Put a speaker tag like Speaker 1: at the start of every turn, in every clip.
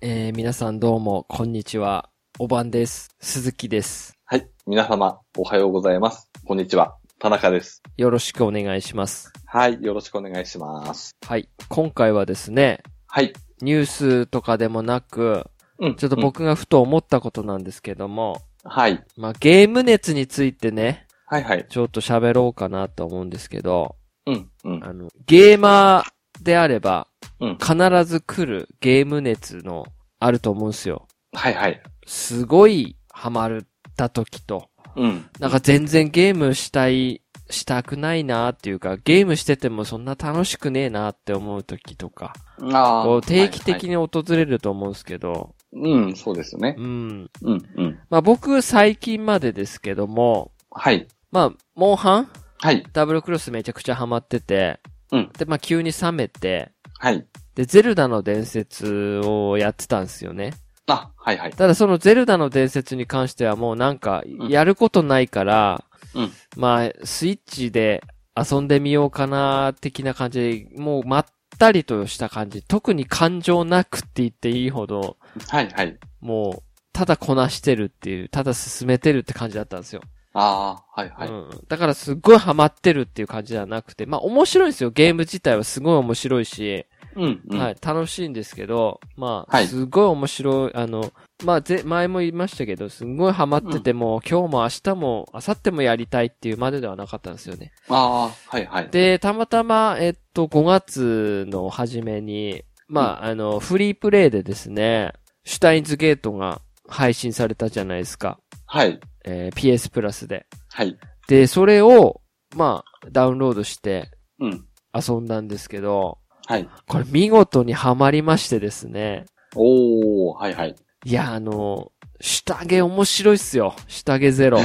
Speaker 1: えー皆さんどうも、こんにちは。おばんです。鈴木です。
Speaker 2: はい。皆様、おはようございます。こんにちは。田中です。
Speaker 1: よろしくお願いします。
Speaker 2: はい。よろしくお願いします。
Speaker 1: はい。今回はですね、
Speaker 2: はい。
Speaker 1: ニュースとかでもなく、
Speaker 2: うん。
Speaker 1: ちょっと
Speaker 2: うん、
Speaker 1: 僕がふと思ったことなんですけども、
Speaker 2: はい。
Speaker 1: まあ、ゲーム熱についてね、
Speaker 2: はいはい。
Speaker 1: ちょっと喋ろうかなと思うんですけど、
Speaker 2: うん。うん。
Speaker 1: あの、ゲーマーであれば、
Speaker 2: うん。
Speaker 1: 必ず来るゲーム熱のあると思うんですよ。
Speaker 2: はいはい。
Speaker 1: すごいハマった時と、
Speaker 2: うん。
Speaker 1: なんか全然ゲームしたい、したくないなっていうか、ゲームしててもそんな楽しくねえなって思う時とか、
Speaker 2: あ
Speaker 1: こう定期的
Speaker 2: に、
Speaker 1: に訪れると思うんですけど、
Speaker 2: うん。そうですね。
Speaker 1: うん。
Speaker 2: うん。うん。
Speaker 1: まあ僕最近までですけども、
Speaker 2: はい。
Speaker 1: まあ、モンハン
Speaker 2: はい。
Speaker 1: ダブルクロスめちゃくちゃハマってて、
Speaker 2: うん
Speaker 1: で、まあ急に冷めて、
Speaker 2: はい。
Speaker 1: で、ゼルダの伝説をやってたんですよね。
Speaker 2: あ、はいはい。
Speaker 1: ただそのゼルダの伝説に関してはもうなんか、
Speaker 2: うん
Speaker 1: やることないから、
Speaker 2: うん
Speaker 1: まあ、スイッチで遊んでみようかな、的な感じで、もうまったりとした感じ、特に感情なくって言っていいほど、
Speaker 2: はいはい。
Speaker 1: もう、ただこなしてるっていう、ただ進めてるって感じだったんですよ。
Speaker 2: ああ、はいはい。
Speaker 1: うん。だからすっごいハマってるっていう感じではなくて、まあ面白いんですよ。ゲーム自体はすごい面白いし、
Speaker 2: うん。うん。
Speaker 1: はい、楽しいんですけど、まあ、
Speaker 2: はい
Speaker 1: すごい面白い、あの、まあ、ぜ、前も言いましたけど、すんごいハマってても、今日も明日も、明後日もやりたいっていうまでではなかったんですよね。
Speaker 2: ああ、はいはい。
Speaker 1: で、たまたま、えっと、5月の初めに、まあ、あの、フリープレイでですね、シュタインズゲートが配信されたじゃないですか。
Speaker 2: はい。
Speaker 1: えー PS プラスで。
Speaker 2: はい。
Speaker 1: で、それを、まあ、ダウンロードして
Speaker 2: うん。
Speaker 1: 遊んだんですけど、
Speaker 2: はい。
Speaker 1: これ見事にハマりましてですね。
Speaker 2: おー、はいはい。
Speaker 1: いや、あの、下着面白いっすよ。下着ゼロ。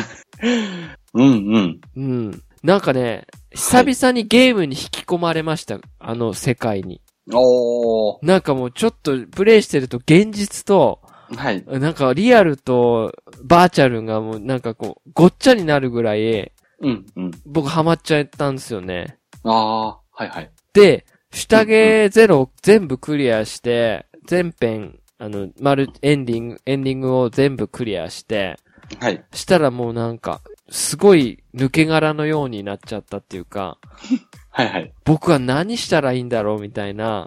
Speaker 2: うんうん。
Speaker 1: うん。なんかね、久々にゲームに引き込まれました。あの世界に。
Speaker 2: おー、
Speaker 1: なんかもうちょっとプレイしてると現実と、
Speaker 2: はい。
Speaker 1: なんかリアルとバーチャルがもうなんかこう、ごっちゃになるぐらい、
Speaker 2: うんうん。
Speaker 1: 僕ハマっちゃったんですよね。
Speaker 2: ああ、はいはい。
Speaker 1: で、下着ゼロ全部クリアして、全編、あの、丸、エンディング、エンディングを全部クリアして、
Speaker 2: はい。
Speaker 1: したらもうなんか、すごい抜け殻のようになっちゃったっていうか、
Speaker 2: はいはい。
Speaker 1: 僕は何したらいいんだろうみたいな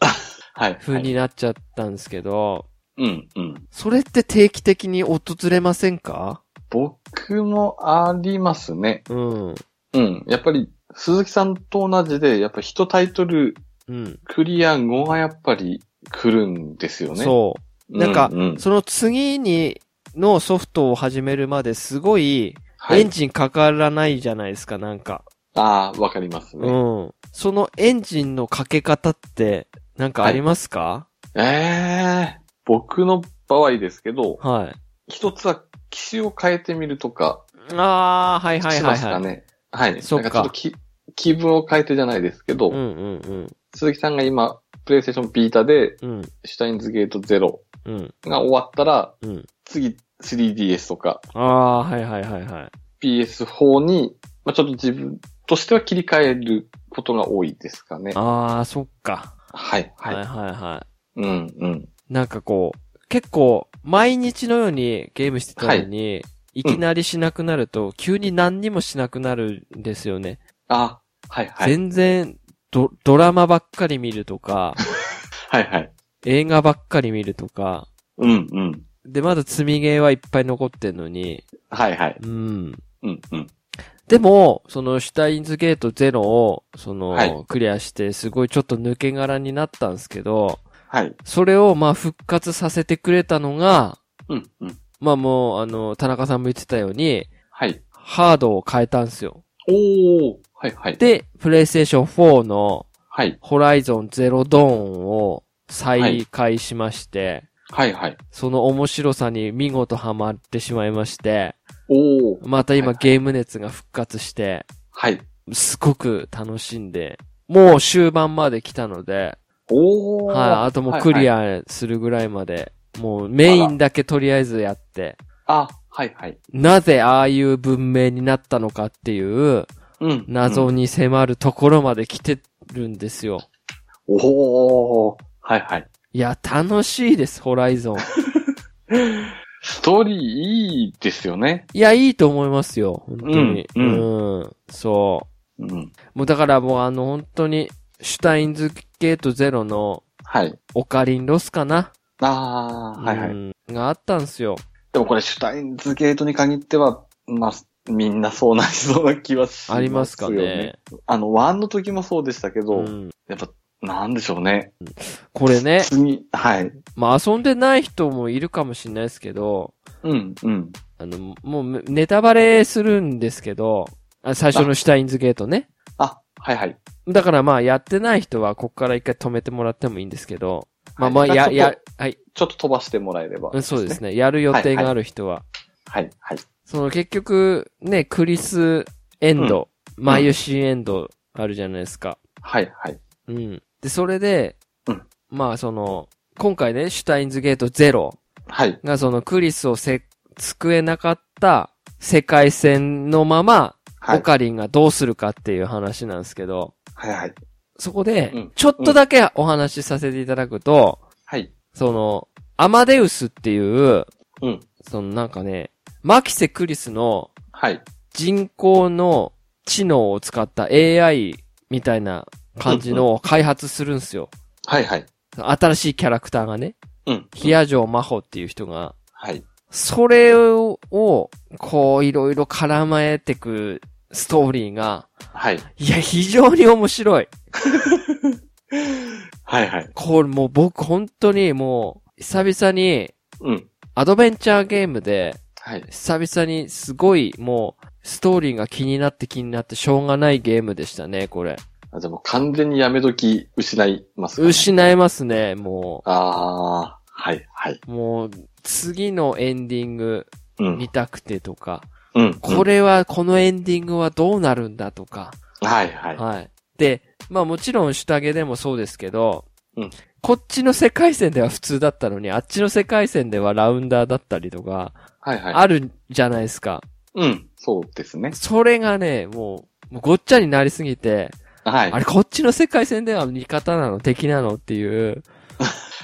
Speaker 2: はい。
Speaker 1: 風になっちゃったんですけど、
Speaker 2: うん、うん。
Speaker 1: それって定期的に訪れませんか
Speaker 2: 僕もありますね。
Speaker 1: うん。
Speaker 2: うん。やっぱり、鈴木さんと同じで、やっぱ一タイトル
Speaker 1: うん。
Speaker 2: クリア後がやっぱり来るんですよね。。
Speaker 1: そうなんか
Speaker 2: うんうん
Speaker 1: う。、その次に、のソフトを始めるまですごい
Speaker 2: は
Speaker 1: エン
Speaker 2: い。
Speaker 1: ジンかからないじゃないですか、なんか。
Speaker 2: ああ、わかりますね。
Speaker 1: うん。そのエンジンのかけ方って、なんかありますか
Speaker 2: ええー、僕の場合ですけど、
Speaker 1: はい。
Speaker 2: 一つは機種を変えてみるとか、
Speaker 1: あー、はいはい
Speaker 2: し
Speaker 1: は
Speaker 2: ま
Speaker 1: い
Speaker 2: す
Speaker 1: は
Speaker 2: か
Speaker 1: い。
Speaker 2: ね。はい。
Speaker 1: そっか
Speaker 2: なんちょっとき気分を変えてじゃないですけど、
Speaker 1: うんうんうん。
Speaker 2: 鈴木さんが今、プレイステーションビータで、
Speaker 1: うん。
Speaker 2: シュタインズゲート0
Speaker 1: うん。
Speaker 2: が終わったら、
Speaker 1: うん。
Speaker 2: 次 3DS とか
Speaker 1: ああ、はいはいはいはい。
Speaker 2: PS4 に、まあ、ちょっと自分としては切り替えることが多いですかね。
Speaker 1: ああ、そっか。
Speaker 2: はい、
Speaker 1: は
Speaker 2: はいい。
Speaker 1: はいは
Speaker 2: うん、うん。
Speaker 1: い。なんかこう、結構、毎日のようにゲームしてたのに、い、きなりしなくなると、急に何にもしなくなるんですよね。
Speaker 2: あ、はい、はい。
Speaker 1: 全然、ド、ドラマばっかり見ると か、
Speaker 2: はい、はい。
Speaker 1: 映画ばっかり見るとか、
Speaker 2: うん、うん。
Speaker 1: で、まだ積みゲーはいっぱい残ってんのに、
Speaker 2: はい、はい。
Speaker 1: うん。
Speaker 2: うん、うん。
Speaker 1: でも、その、シュタインズゲートゼロを、その、
Speaker 2: はい
Speaker 1: クリアして、すごいちょっと抜け殻になったんですけど、
Speaker 2: はい。
Speaker 1: それをまあ復活させてくれたのが、
Speaker 2: うん、うん。
Speaker 1: まあもう、あの、田中さんも言ってたように、
Speaker 2: はい。
Speaker 1: ハードを変えたんですよ。
Speaker 2: おー、はい、はい。
Speaker 1: で、PlayStation 4の
Speaker 2: はい、
Speaker 1: Horizon Zero Dawn を再開しまして、
Speaker 2: はい、はい。
Speaker 1: その面白さに見事ハマってしまいまして、
Speaker 2: おー、
Speaker 1: また今
Speaker 2: はいはい
Speaker 1: ゲーム熱が復活して、
Speaker 2: はい。
Speaker 1: すごく楽しんで、もう終盤まで来たので、
Speaker 2: おー。
Speaker 1: はい、あともうク
Speaker 2: はい
Speaker 1: リ
Speaker 2: はい
Speaker 1: アするぐらいまで、もうメインだけとりあえずやって、
Speaker 2: あ、はい、はい。
Speaker 1: なぜああいう文明になったのかっていう
Speaker 2: うん。
Speaker 1: 謎
Speaker 2: うん
Speaker 1: に迫るところまで来てるんですよ。
Speaker 2: おー、はい、はい。
Speaker 1: いや、楽しいです、ホライゾン。
Speaker 2: ストーリーいいですよね。
Speaker 1: いや、いいと思いますよ、本当に。
Speaker 2: う
Speaker 1: うんん、そ
Speaker 2: うん。
Speaker 1: う。もうだからもうあの、本当に、シュタインズゲートゼロの
Speaker 2: はい。
Speaker 1: オカリンロスかな
Speaker 2: ああ、はいはい。
Speaker 1: うんがあったんすよ。
Speaker 2: でもこれ、シュタインズゲートに限っては、まあ、みんなそうなりそうな気はしますよ、ね。
Speaker 1: ありますかね。
Speaker 2: あの、ワンの時もそうでしたけど、
Speaker 1: うん
Speaker 2: やっぱ、なんでしょうね。
Speaker 1: これね、
Speaker 2: 次、はい。
Speaker 1: まあ遊んでない人もいるかもしれないですけど、
Speaker 2: うん、うん。
Speaker 1: あの、もうネタバレするんですけど、あ最初のシュタインズゲートね。
Speaker 2: あ、はいはい。
Speaker 1: だからまあやってない人はここから一回止めてもらってもいいんですけど、まあまあ
Speaker 2: はい
Speaker 1: や、
Speaker 2: ちょっ
Speaker 1: や
Speaker 2: と、
Speaker 1: はい、
Speaker 2: ちょっと飛ばしてもらえれば、
Speaker 1: うんそうです。ね。やる予定がある人は。
Speaker 2: はい、はい。
Speaker 1: その結局、ね、クリスエンド、マイユシーエンドあるじゃないですか。
Speaker 2: はい、はい。
Speaker 1: うん。で、それで、
Speaker 2: うん
Speaker 1: まあその、今回ね、シュタインズゲートゼロ
Speaker 2: はい。
Speaker 1: がそのクリスをせ、救えなかった世界線のまま、
Speaker 2: は
Speaker 1: オ
Speaker 2: い。
Speaker 1: カリンがどうするかっていう話なんですけど、
Speaker 2: はい、はい。
Speaker 1: そこ
Speaker 2: う
Speaker 1: で
Speaker 2: ん、
Speaker 1: ちょっとだけお話しさせていただくと、
Speaker 2: はい。
Speaker 1: その、アマデウスっていう、
Speaker 2: うん。
Speaker 1: そのなんかね、マキセ・クリスの
Speaker 2: はい。
Speaker 1: 人工の知能を使った AI みたいな感じのを開発するんすよ。
Speaker 2: はい、はい。
Speaker 1: 新しいキャラクターがね、
Speaker 2: うん。
Speaker 1: ヒアジョマホっていう人が、
Speaker 2: はい。
Speaker 1: それを、こう、いろいろ絡まえてくストーリーが、
Speaker 2: はい。
Speaker 1: いや、非常に面白い。
Speaker 2: はい、はい。
Speaker 1: これもう僕本当にもう、久々に、
Speaker 2: うん。
Speaker 1: アドベンチャーゲームで、
Speaker 2: はい。
Speaker 1: 久々にすごいもう、ストーリーが気になって気になってしょうがないゲームでしたね、これ。
Speaker 2: あ、でも完全にやめ時失いますかね、
Speaker 1: 失えますね、も
Speaker 2: ああ、はい、はい。
Speaker 1: う。もう、次のエンディング
Speaker 2: うん。
Speaker 1: 見たくてとか、
Speaker 2: うん。
Speaker 1: これは、このエンディングはどうなるんだとか、
Speaker 2: うん。はい、はい。
Speaker 1: はい。で、まあもちろん下着でもそうですけど、
Speaker 2: うん
Speaker 1: こっちの世界線では普通だったのに、あっちの世界線ではラウンダーだったりとか、
Speaker 2: はい、はい。
Speaker 1: あるじゃないですか。
Speaker 2: うん。そうですね。
Speaker 1: それがね、もう、もうごっちゃになりすぎて、
Speaker 2: はい。
Speaker 1: あれ、こっちの世界線では味方なの敵なのっていう、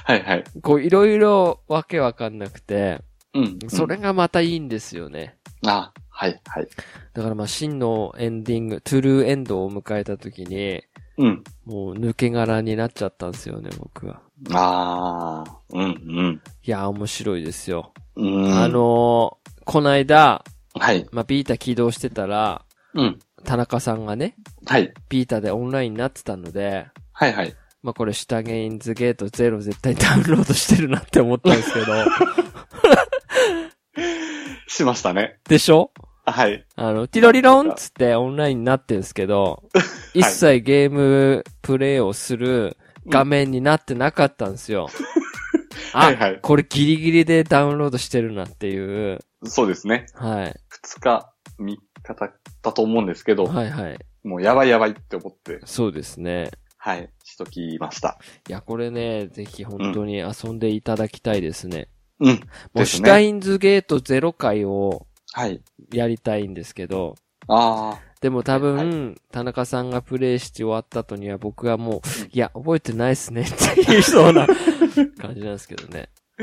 Speaker 2: はい、はい。
Speaker 1: こう、いろいろわけわかんなくて、
Speaker 2: うん。
Speaker 1: それがまたいいんですよね。
Speaker 2: うん。あ、はい、はい。
Speaker 1: だからまあ、真のエンディング、トゥルーエンドを迎えた時に、
Speaker 2: うん。
Speaker 1: もう抜け殻になっちゃったんですよね、僕は。
Speaker 2: ああ、うん、
Speaker 1: いやー、面白いですよ。
Speaker 2: うん。うん。
Speaker 1: あ、のー、こないだ、
Speaker 2: はい。
Speaker 1: まあ、ビータ起動してたら、
Speaker 2: うん。
Speaker 1: 田中さんがね、
Speaker 2: はい。
Speaker 1: ビータでオンラインになってたので、
Speaker 2: はい、はい。
Speaker 1: まあ、これ、シュタゲインズゲートゼロ絶対ダウンロードしてるなって思ったんですけ ど、
Speaker 2: しましたね。
Speaker 1: でしょ
Speaker 2: はい。
Speaker 1: あの、ティロリロンっつってオンラインになってるんですけど、一切ゲームプレイをする画面になってなかったんですよ。あ、
Speaker 2: はいはい
Speaker 1: これギリギリでダウンロードしてるなっていう、
Speaker 2: そうですね。
Speaker 1: はい。
Speaker 2: 2日、3日だったと思うんですけど、
Speaker 1: はいはい。
Speaker 2: もうやばいやばいって思って、
Speaker 1: そうですね。
Speaker 2: はい、しときました。
Speaker 1: いや、これね、ぜひ本当に遊んでいただきたいですね。
Speaker 2: うん。
Speaker 1: も
Speaker 2: で
Speaker 1: う、
Speaker 2: すね
Speaker 1: シュタインズゲートゼロ回を
Speaker 2: はい。
Speaker 1: やりたいんですけど、
Speaker 2: あ
Speaker 1: でも多分、
Speaker 2: は
Speaker 1: 田中さんがプレイして終わった後には僕はもう、いや、覚えてないっすねって言いそう な感じなんですけどね。
Speaker 2: あ。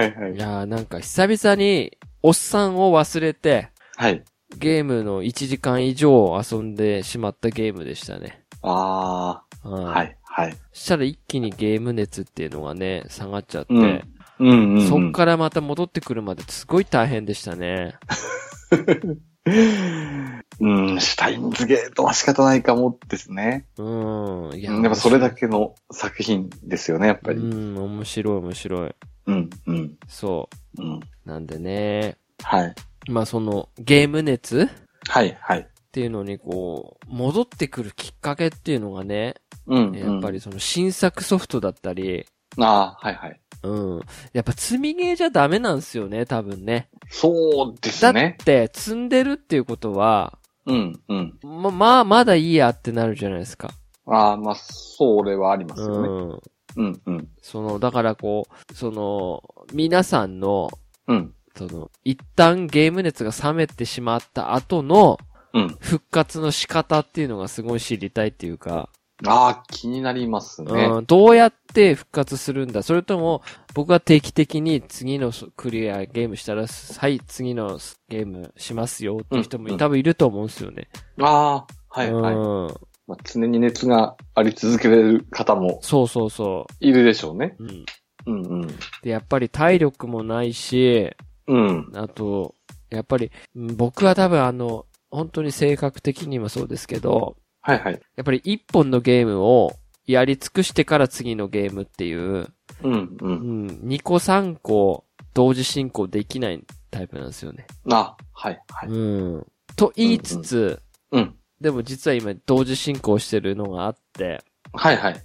Speaker 2: はいはいい。
Speaker 1: やーなんか久々に、おっさんを忘れて、
Speaker 2: はい。
Speaker 1: ゲームの1時間以上遊んでしまったゲームでしたね。
Speaker 2: あ
Speaker 1: は
Speaker 2: あ。はいはい。
Speaker 1: したら一気にゲーム熱っていうのがね、下がっちゃって、
Speaker 2: うんうんうんうん。
Speaker 1: そっからまた戻ってくるまですごい大変でしたね。
Speaker 2: うん、シュタインズゲートは仕方ないかもですね。
Speaker 1: うん。い
Speaker 2: や
Speaker 1: や、
Speaker 2: っぱそれだけの作品ですよね、やっぱり。
Speaker 1: うん、面白い面白い。
Speaker 2: うん、うん、
Speaker 1: そ
Speaker 2: うん。
Speaker 1: う。なんでね、
Speaker 2: はい。
Speaker 1: まあそのゲーム熱っ
Speaker 2: はい、はい。
Speaker 1: ていうのにこう、戻ってくるきっかけっていうのがね、
Speaker 2: うん、
Speaker 1: やっぱり。その新作ソフトだったり、
Speaker 2: ああ、はい、はい。
Speaker 1: うん。やっぱ積みゲーじゃダメなんですよね、多分ね。
Speaker 2: そうで
Speaker 1: だ
Speaker 2: す
Speaker 1: っ
Speaker 2: ね。
Speaker 1: て積んでるっていうことは、
Speaker 2: うん、うん。
Speaker 1: ま、まあ、まだいいやってなるじゃないですか。
Speaker 2: ああ、まあ、それはありますよね。
Speaker 1: うん。
Speaker 2: うん、うん、
Speaker 1: その、だからこう、その、皆さんの、
Speaker 2: うん、
Speaker 1: その、一旦ゲーム熱が冷めてしまった後の
Speaker 2: うん。
Speaker 1: 復活の仕方っていうのがすごい知りたいっていうか、
Speaker 2: ああ、気になりますね。
Speaker 1: うん、どうやって復活するんだそれとも、僕が定期的に次のクリアゲームしたら、はい、次のゲームしますよっていう人も
Speaker 2: うん
Speaker 1: 多分いると思うんですよね。
Speaker 2: ああ、はい、
Speaker 1: うん
Speaker 2: はい。まあ、常に熱があり続ける方も
Speaker 1: そうそうそ
Speaker 2: いるでしょうね。
Speaker 1: う。うん。
Speaker 2: うんうん。
Speaker 1: で、やっぱり体力もないし、
Speaker 2: うん。
Speaker 1: あと、やっぱり、うん僕は多分あの、本当に性格的にもそうですけど、
Speaker 2: はいはい。
Speaker 1: やっぱり一本のゲームをやり尽くしてから次のゲームっていう、
Speaker 2: うんう。
Speaker 1: うんん、2個3個同時進行できないタイプなんですよね。
Speaker 2: あ、はいはい。
Speaker 1: うん。と言いつつ、
Speaker 2: うん。
Speaker 1: でも実は今同時進行してるのがあって、
Speaker 2: はいはい。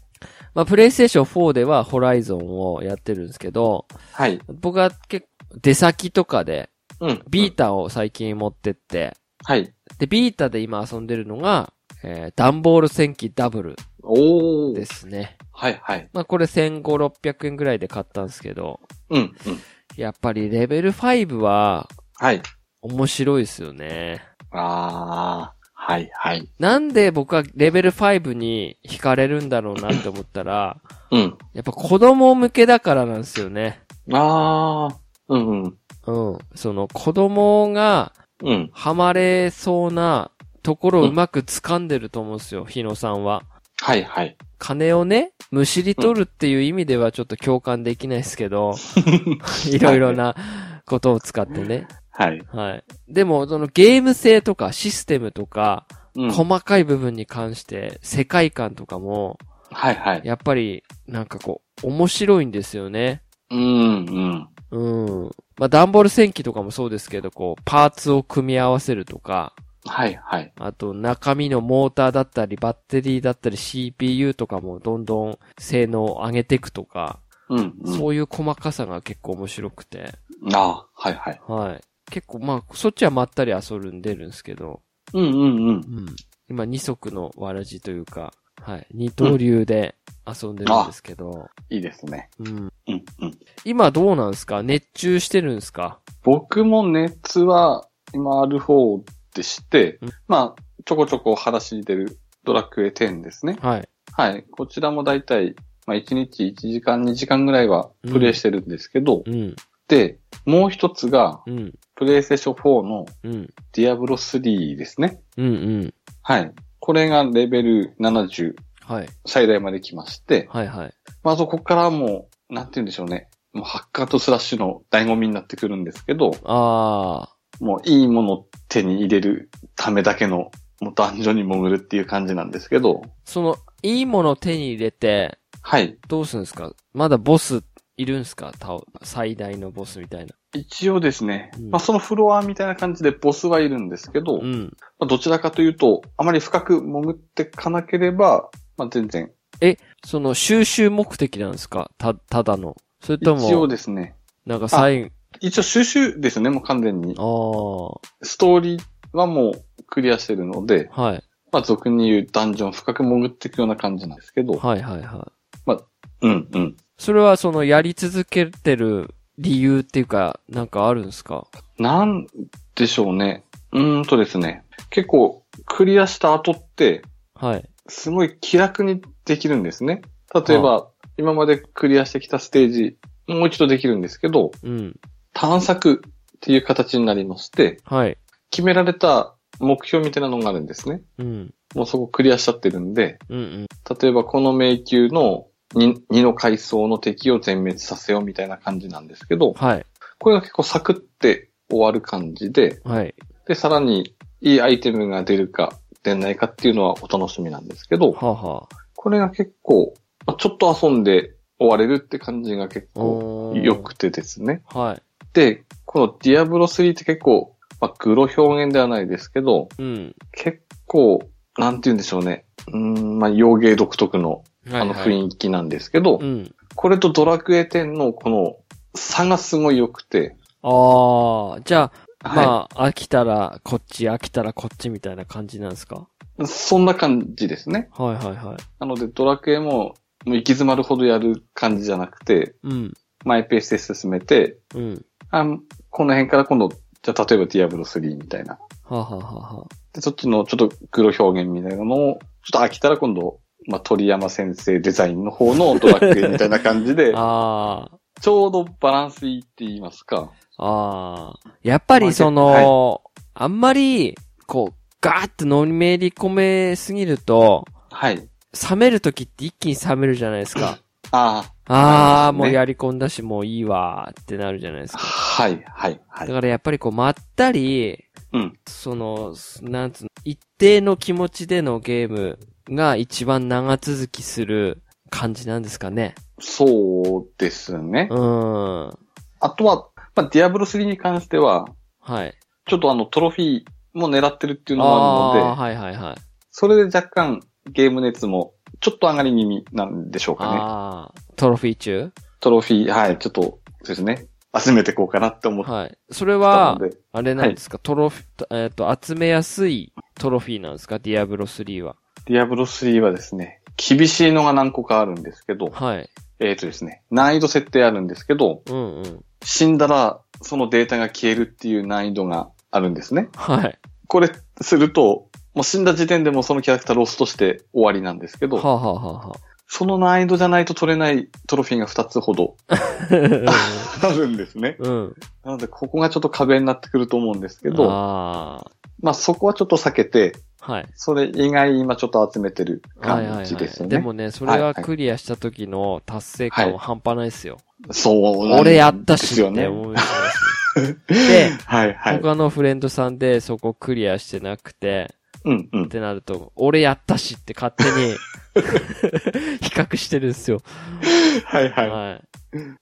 Speaker 1: まあ、プレイステーション4ではホライゾンをやってるんですけど、
Speaker 2: はい。
Speaker 1: 僕は結構出先とかで
Speaker 2: うん。
Speaker 1: ビータを最近持ってって、
Speaker 2: はい。
Speaker 1: で、ビータで今遊んでるのが、えー、段ボール戦機ダブル
Speaker 2: お
Speaker 1: で
Speaker 2: ー。
Speaker 1: すね。
Speaker 2: はいはい。
Speaker 1: まあ、これ1500、600円ぐらいで買ったんですけど、
Speaker 2: うんうん。
Speaker 1: やっぱりレベル5は
Speaker 2: はい。
Speaker 1: 面白いですよね。
Speaker 2: ああ、はいはい。
Speaker 1: なんで僕はレベル5に惹かれるんだろうなって思ったら、
Speaker 2: うん。
Speaker 1: やっぱ子供向けだからなんですよね。
Speaker 2: ああ、うんうん。
Speaker 1: うん。その子供が
Speaker 2: うん。
Speaker 1: ハマれそうなところをうまく掴んでると思うんですよ、日野さんは。
Speaker 2: はいはい。
Speaker 1: 金をね、むしり取るっていう意味ではちょっと共感できないですけど、いろいろなことを使ってね。
Speaker 2: はい。
Speaker 1: はい。でも、そのゲーム性とかシステムとか、
Speaker 2: うん。はい
Speaker 1: 細かい部分に関して、世界観とかも、
Speaker 2: はい。
Speaker 1: やっぱり、なんかこう、面白いんですよね。
Speaker 2: うんうん。
Speaker 1: うん。まあ、段ボール戦機とかもそうですけど、こう、パーツを組み合わせるとか、
Speaker 2: はいはい。
Speaker 1: あと中身のモーターだったり、バッテリーだったり、CPU とかもどんどん性能を上げていくとか、
Speaker 2: うんうん。
Speaker 1: そういう細かさが結構面白くて、
Speaker 2: ああ、はいはい。
Speaker 1: はい。結構まあ、そっちはまったり遊んでるんですけど、
Speaker 2: うんうんうん。
Speaker 1: うん。今二足のわらじというか、はい。二刀流で遊んでるんですけど、
Speaker 2: いいですね。
Speaker 1: うん。
Speaker 2: うんうん。
Speaker 1: 今どうなんですか熱中してるんですか
Speaker 2: 僕も熱は今ある方でして
Speaker 1: うん、
Speaker 2: まあ、ちょこちょこ話に出るドラクエ10ですね。
Speaker 1: はい。
Speaker 2: はい。こちらもだいたい、まあ、1日1時間2時間ぐらいはプレイしてるんですけど、
Speaker 1: うん。
Speaker 2: で、もう一つが、
Speaker 1: うん。
Speaker 2: プレイステーション4の
Speaker 1: うん。
Speaker 2: ディアブロ3ですね。
Speaker 1: うん。うん。
Speaker 2: はい。これがレベル70
Speaker 1: はい。
Speaker 2: 最大まで来まして、
Speaker 1: はいはい。
Speaker 2: まあそこからもう、なんて言うんでしょうね。もうハッカーとスラッシュの醍醐味になってくるんですけど、
Speaker 1: あ
Speaker 2: もういいものを手に入れるためだけの、もう男女に潜るっていう感じなんですけど、
Speaker 1: ー、その、いいものを手に入れて、
Speaker 2: はい。
Speaker 1: どうするんですかまだボス、いるんすか倒最大のボスみたいな。
Speaker 2: 一応ですね、
Speaker 1: うん
Speaker 2: まあそのフロアみたいな感じでボスはいるんですけど、
Speaker 1: うん。
Speaker 2: まあどちらかというと、あまり深く潜ってかなければ、まあ全然、
Speaker 1: その、収集目的なんですかた、ただの。それ
Speaker 2: 一
Speaker 1: と
Speaker 2: 応
Speaker 1: も、
Speaker 2: ですね、
Speaker 1: なんか最
Speaker 2: 一応収集ですね、もう完全に。
Speaker 1: 後、
Speaker 2: ストーリーはもうクリアしてるので、
Speaker 1: ああ、はい。
Speaker 2: まあ俗に言うダンジョン深く潜っていくような感じなんですけど、
Speaker 1: はいはいは
Speaker 2: うんうん。
Speaker 1: い。それはその、やり続けてる理由っていうか、なんかあるんですか
Speaker 2: なんでしょうね。うーんとですね、結構クリアした後って、
Speaker 1: はい。
Speaker 2: すごい気楽にできるんですね。例えば、今までクリアしてきたステージ、もう一度できるんですけど、
Speaker 1: うん。
Speaker 2: 探索っていう形になりまして、
Speaker 1: はい。
Speaker 2: 決められた目標みたいなのがあるんですね。
Speaker 1: うん。
Speaker 2: もうそこクリアしちゃってるんで、
Speaker 1: うんうん。
Speaker 2: 例えばこの迷宮の 2, の階層の敵を全滅させようみたいな感じなんですけど、
Speaker 1: はい。
Speaker 2: これが結構サクって終わる感じで、
Speaker 1: はい。
Speaker 2: で、さらにいいアイテムが出るか出ないかっていうのはお楽しみなんですけど、
Speaker 1: はあ、は
Speaker 2: これが結構、まあちょっと遊んで終われるって感じが結
Speaker 1: あ。
Speaker 2: 構
Speaker 1: おー
Speaker 2: 良。くてですね。
Speaker 1: はい。
Speaker 2: で、このディアブロ3って結構、まあ、グロ表現ではないですけど、
Speaker 1: うん。
Speaker 2: 結構、なんて言うんでしょうね。うーん、まあ、洋芸独特のあの
Speaker 1: 囲
Speaker 2: 雰囲気なんですけど、
Speaker 1: うん。
Speaker 2: これとドラクエ10のこの差がすごい良くて、
Speaker 1: ああ、じゃあ、
Speaker 2: は
Speaker 1: まあ、飽きたらこっち、飽きたらこっちみたいな感じなんですか
Speaker 2: い。そんな感じですね。
Speaker 1: はいはいはい。
Speaker 2: なのでドラクエももう行き詰まるほどやる感じじゃなくて、
Speaker 1: うん、
Speaker 2: マイペースで進めて、
Speaker 1: うん。
Speaker 2: あこの辺から今度、じゃあ例えばディアブロ3みたいな。
Speaker 1: はあ、はあはあはあ
Speaker 2: で、そっちのちょっと黒表現みたいなのを、ちょっと飽きたら今度まあ、鳥山先生デザインの方のドラッグみたいな感じ で、
Speaker 1: ああ。
Speaker 2: ちょうどバランスいいって言いますか。
Speaker 1: ああ。やっぱりその、あんまり、こう、ガーってのめり込めすぎると、
Speaker 2: はい。
Speaker 1: 冷めるときって一気に冷めるじゃないです か。あ
Speaker 2: あ
Speaker 1: あ、
Speaker 2: なりますね
Speaker 1: もうやり込んだし、もういいわーってなるじゃないです
Speaker 2: あ、
Speaker 1: か。
Speaker 2: はい、はい、は
Speaker 1: だ
Speaker 2: い。
Speaker 1: からやっぱりこう、まったり、
Speaker 2: うん。
Speaker 1: その、なんつうの、一定の気持ちでのゲームが一番長続きする感じなんですかね。
Speaker 2: そうですね
Speaker 1: う。ーん。
Speaker 2: あとは、まあ、ディアブロ3に関しては、
Speaker 1: はい。
Speaker 2: ちょっとあの、トロフィーも狙ってるっていうのもあるの
Speaker 1: ああー、
Speaker 2: で、
Speaker 1: はいはいはい。
Speaker 2: それで若干ゲーム熱もちょっと上がり気味なんでしょうかね。
Speaker 1: ああ、トロフィー中
Speaker 2: トロフィー、はい、ちょっと、そうですね。集めていこうかなって思っ
Speaker 1: はい。それ
Speaker 2: た
Speaker 1: は
Speaker 2: の、で、
Speaker 1: あれなんですか、トロフィ、えっ、と、集めやすいトロフィーなんですかディアブロ3は。
Speaker 2: ディアブロ3はですね、厳しいのが何個かあるんですけど、
Speaker 1: はい。
Speaker 2: えっ、とですね、難易度設定あるんですけど、
Speaker 1: うんうん。
Speaker 2: 死んだらそのデータが消えるっていう難易度があるんですね。
Speaker 1: はい。
Speaker 2: これすると、もう死んだ時点でもうそのキャラクターロストして終わりなんですけ
Speaker 1: は
Speaker 2: ど、
Speaker 1: あ、はあはあは
Speaker 2: その難易度じゃないと取れないトロフィーが2つほど
Speaker 1: あ、
Speaker 2: あるんですね。
Speaker 1: うん。
Speaker 2: なので、ここがちょっと壁になってくると思うんですけど、
Speaker 1: あ
Speaker 2: まあそこはちょっと避けて、
Speaker 1: あ。はい。
Speaker 2: それ以外今ちょっと集めてる
Speaker 1: はいはい、は
Speaker 2: 感
Speaker 1: い
Speaker 2: じですよね。
Speaker 1: でもね、それはクリアした時の達成感は半端ないですよ。
Speaker 2: そうなん
Speaker 1: 俺やったし
Speaker 2: で
Speaker 1: っ
Speaker 2: す
Speaker 1: て
Speaker 2: よね。
Speaker 1: 思いますね。で、
Speaker 2: はいはい。
Speaker 1: 他のフレンドさんでそこクリアしてなくて、
Speaker 2: うんう
Speaker 1: っ
Speaker 2: ん。
Speaker 1: てなると、俺やったしって勝手 に比較してるんですよ。
Speaker 2: はいは。
Speaker 1: はい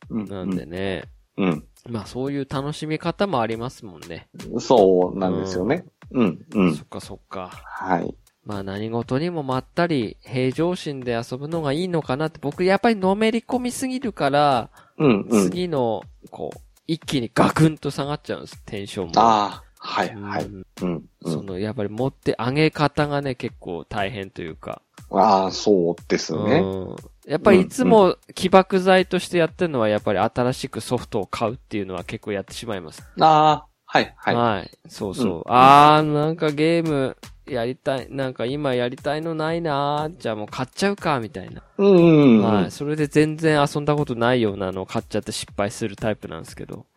Speaker 2: う
Speaker 1: い。なんで。ね。
Speaker 2: うん。
Speaker 1: まあそういう楽しみ方もありますもんね。
Speaker 2: そうなんですよね。うんうん
Speaker 1: そ。っかそっか。
Speaker 2: はい。
Speaker 1: まあ何事にもまったり平常心で遊ぶのがいいのかなって、僕やっぱりのめり込みすぎるから、
Speaker 2: うんうん。
Speaker 1: 次の、こう、一気にガクンと下がっちゃうんです、テンションも。
Speaker 2: ああ、はい
Speaker 1: うん
Speaker 2: はい。うんう
Speaker 1: そ
Speaker 2: ん。
Speaker 1: の、やっぱり持って上げ方がね、結構大変というか。
Speaker 2: ああ、そうですね。
Speaker 1: うんやっぱりいつも起爆剤としてやってるのは、やっぱり新しくソフトを買うっていうのは結構やってしまいます。
Speaker 2: ああ、はいはい。
Speaker 1: そうそう。
Speaker 2: うん
Speaker 1: あー、なんかゲームやりたい、なんか今やりたいのないなーじゃあもう買っちゃうか、みたいな。
Speaker 2: うんうんう
Speaker 1: は
Speaker 2: ん
Speaker 1: い。。それで全然遊んだことないようなのを買っちゃって失敗するタイプなんですけど。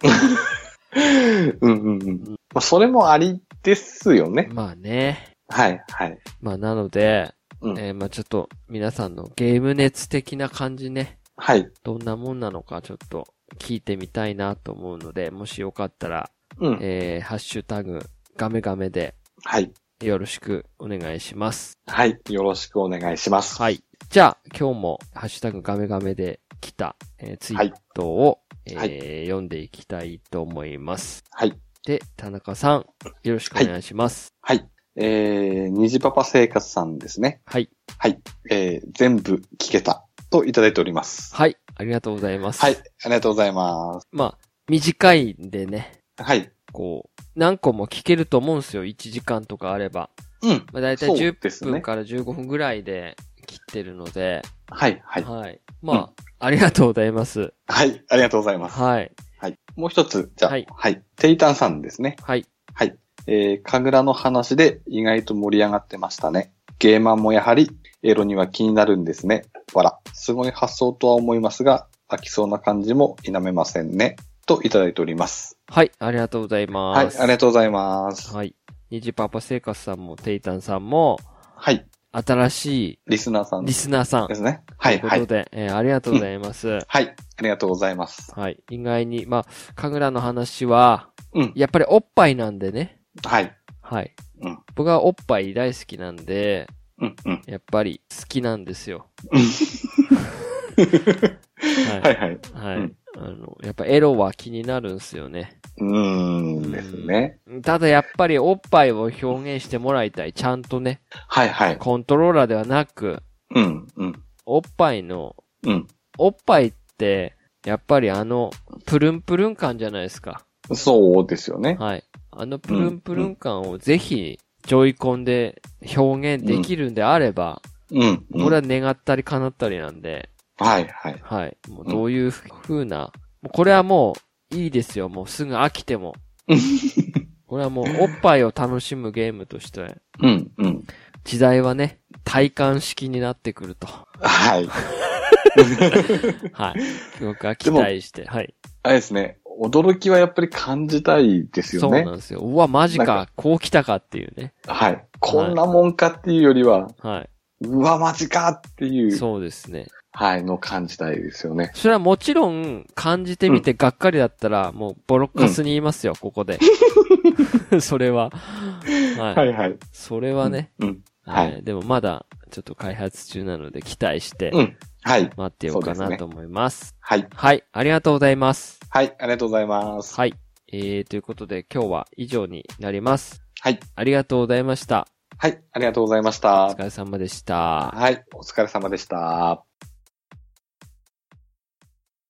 Speaker 2: うんうんうん。まあ、それもありですよね。
Speaker 1: まあね。
Speaker 2: はいはい。
Speaker 1: まあなので、
Speaker 2: うん
Speaker 1: えーまあちょっと皆さんのゲーム熱的な感じね。
Speaker 2: はい。
Speaker 1: どんなもんなのかちょっと聞いてみたいなと思うので、もしよかったら、
Speaker 2: うん。
Speaker 1: えー、ハッシュタグ、ガメガメで
Speaker 2: はい。
Speaker 1: よろしくお願いします。
Speaker 2: はい。よろしくお願いします。
Speaker 1: はい。じゃあ、今日もハッシュタグガメガメで来た、えーツイートを、えー
Speaker 2: はい
Speaker 1: 読んでいきたいと思います。
Speaker 2: はい。
Speaker 1: で、田中さん、よろしくお願いします。
Speaker 2: はい。えー、虹パパ生活さんですね。
Speaker 1: はい。
Speaker 2: はい。えー、全部聞けたといただいております。
Speaker 1: はい。ありがとうございます。
Speaker 2: はい。。ありがとうございます。
Speaker 1: まあ、短いんでね、
Speaker 2: はい。
Speaker 1: こう、何個も聞けると思うんですよ。1時間とかあれば。
Speaker 2: うん。
Speaker 1: まあ、だいたい
Speaker 2: そうです
Speaker 1: 10
Speaker 2: ね
Speaker 1: 分から15分ぐらいで切ってるので、
Speaker 2: はい。はい。
Speaker 1: はい。まあ、ありがとうございます。
Speaker 2: はい。ありがとうございます。
Speaker 1: はい。
Speaker 2: はい。もう一つ、じゃあ、
Speaker 1: は
Speaker 2: はいい。テイタンさんですね。
Speaker 1: はい。
Speaker 2: はい。えー、神楽の話で意外と盛り上がってましたね。ゲーマーもやはりエロには気になるんですね。わら。すごい発想とは思いますが、飽きそうな感じも否めませんね。といただいております。
Speaker 1: はい。ありがとうござい
Speaker 2: はい。
Speaker 1: ま
Speaker 2: あ
Speaker 1: す。
Speaker 2: りがとうございます。
Speaker 1: はい。ニジパパ生活さんも、テイタンさんも、
Speaker 2: はい。
Speaker 1: 新しい
Speaker 2: リスナーさん
Speaker 1: リ
Speaker 2: で
Speaker 1: スナーさん。
Speaker 2: すね。はい。
Speaker 1: という
Speaker 2: は
Speaker 1: こと
Speaker 2: い。
Speaker 1: で、えーありがとうございます。
Speaker 2: はい。ありがとうございます。
Speaker 1: はい。意外に、まあ、神楽の話は、
Speaker 2: うん。
Speaker 1: やっぱりおっぱいなんでね。
Speaker 2: はい。
Speaker 1: はい。
Speaker 2: うん。
Speaker 1: 僕はおっぱい大好きなんで、
Speaker 2: うん。うん。
Speaker 1: やっぱり好きなんですよ。
Speaker 2: は。
Speaker 1: はい
Speaker 2: はい。
Speaker 1: い。はい。
Speaker 2: うん
Speaker 1: あの、やっぱエロは気になるんすよね。
Speaker 2: うーん。ですね。
Speaker 1: ただやっぱりおっぱいを表現してもらいたい。ちゃんとね、
Speaker 2: はい。はい。
Speaker 1: コントローラーではなく、
Speaker 2: うん。うん。
Speaker 1: おっぱいの、
Speaker 2: うん。
Speaker 1: おっぱいって、やっぱりあの、プルンプルン感じゃないですか。
Speaker 2: そうですよね。
Speaker 1: はい。あのプルンプルン感をぜひ、ジョイコンで表現できるんであれば、
Speaker 2: うん。うん
Speaker 1: これは願ったり叶ったりなんで、
Speaker 2: はい。はい。
Speaker 1: はい。もうどういう風な、もうこれはもう、いいですよ。もうすぐ飽きて も。これはもう、おっぱいを楽しむゲームとして、
Speaker 2: うん。うん。
Speaker 1: 時代はね、体感式になってくると。
Speaker 2: はい。
Speaker 1: はい。僕は期待して。はい。
Speaker 2: あれですね。驚きはやっぱり感じたいです
Speaker 1: そ
Speaker 2: よ
Speaker 1: う
Speaker 2: ね
Speaker 1: な。んですよ。うわ、マジか。
Speaker 2: なん
Speaker 1: こう来たかっていうね。
Speaker 2: はい。こんなもんかっていうよりは、
Speaker 1: は
Speaker 2: うわ、マジかって
Speaker 1: い。
Speaker 2: いう、
Speaker 1: そうですね。
Speaker 2: はい、の感じたいですよね。
Speaker 1: それはもちろん、感じてみてがっかりだったら、もうボロッカスに言いますよ、ここ で。それは。はい。
Speaker 2: はいはい。
Speaker 1: それはね。
Speaker 2: うん。
Speaker 1: は
Speaker 2: はい
Speaker 1: い。でもまだ、ちょっと開発中なので期待して、
Speaker 2: うん。はい。
Speaker 1: 待ってようか
Speaker 2: そうです
Speaker 1: な
Speaker 2: ね
Speaker 1: と思います。
Speaker 2: はい。
Speaker 1: はい。ありがとうございます。
Speaker 2: はい。ありがとうございます。
Speaker 1: はい。えー、ということで今日は以上になります。
Speaker 2: はい。
Speaker 1: ありがとうございました。
Speaker 2: はい。ありがとうございまし
Speaker 1: お
Speaker 2: た
Speaker 1: 疲。れ様でした。
Speaker 2: はい。お疲れ様でした。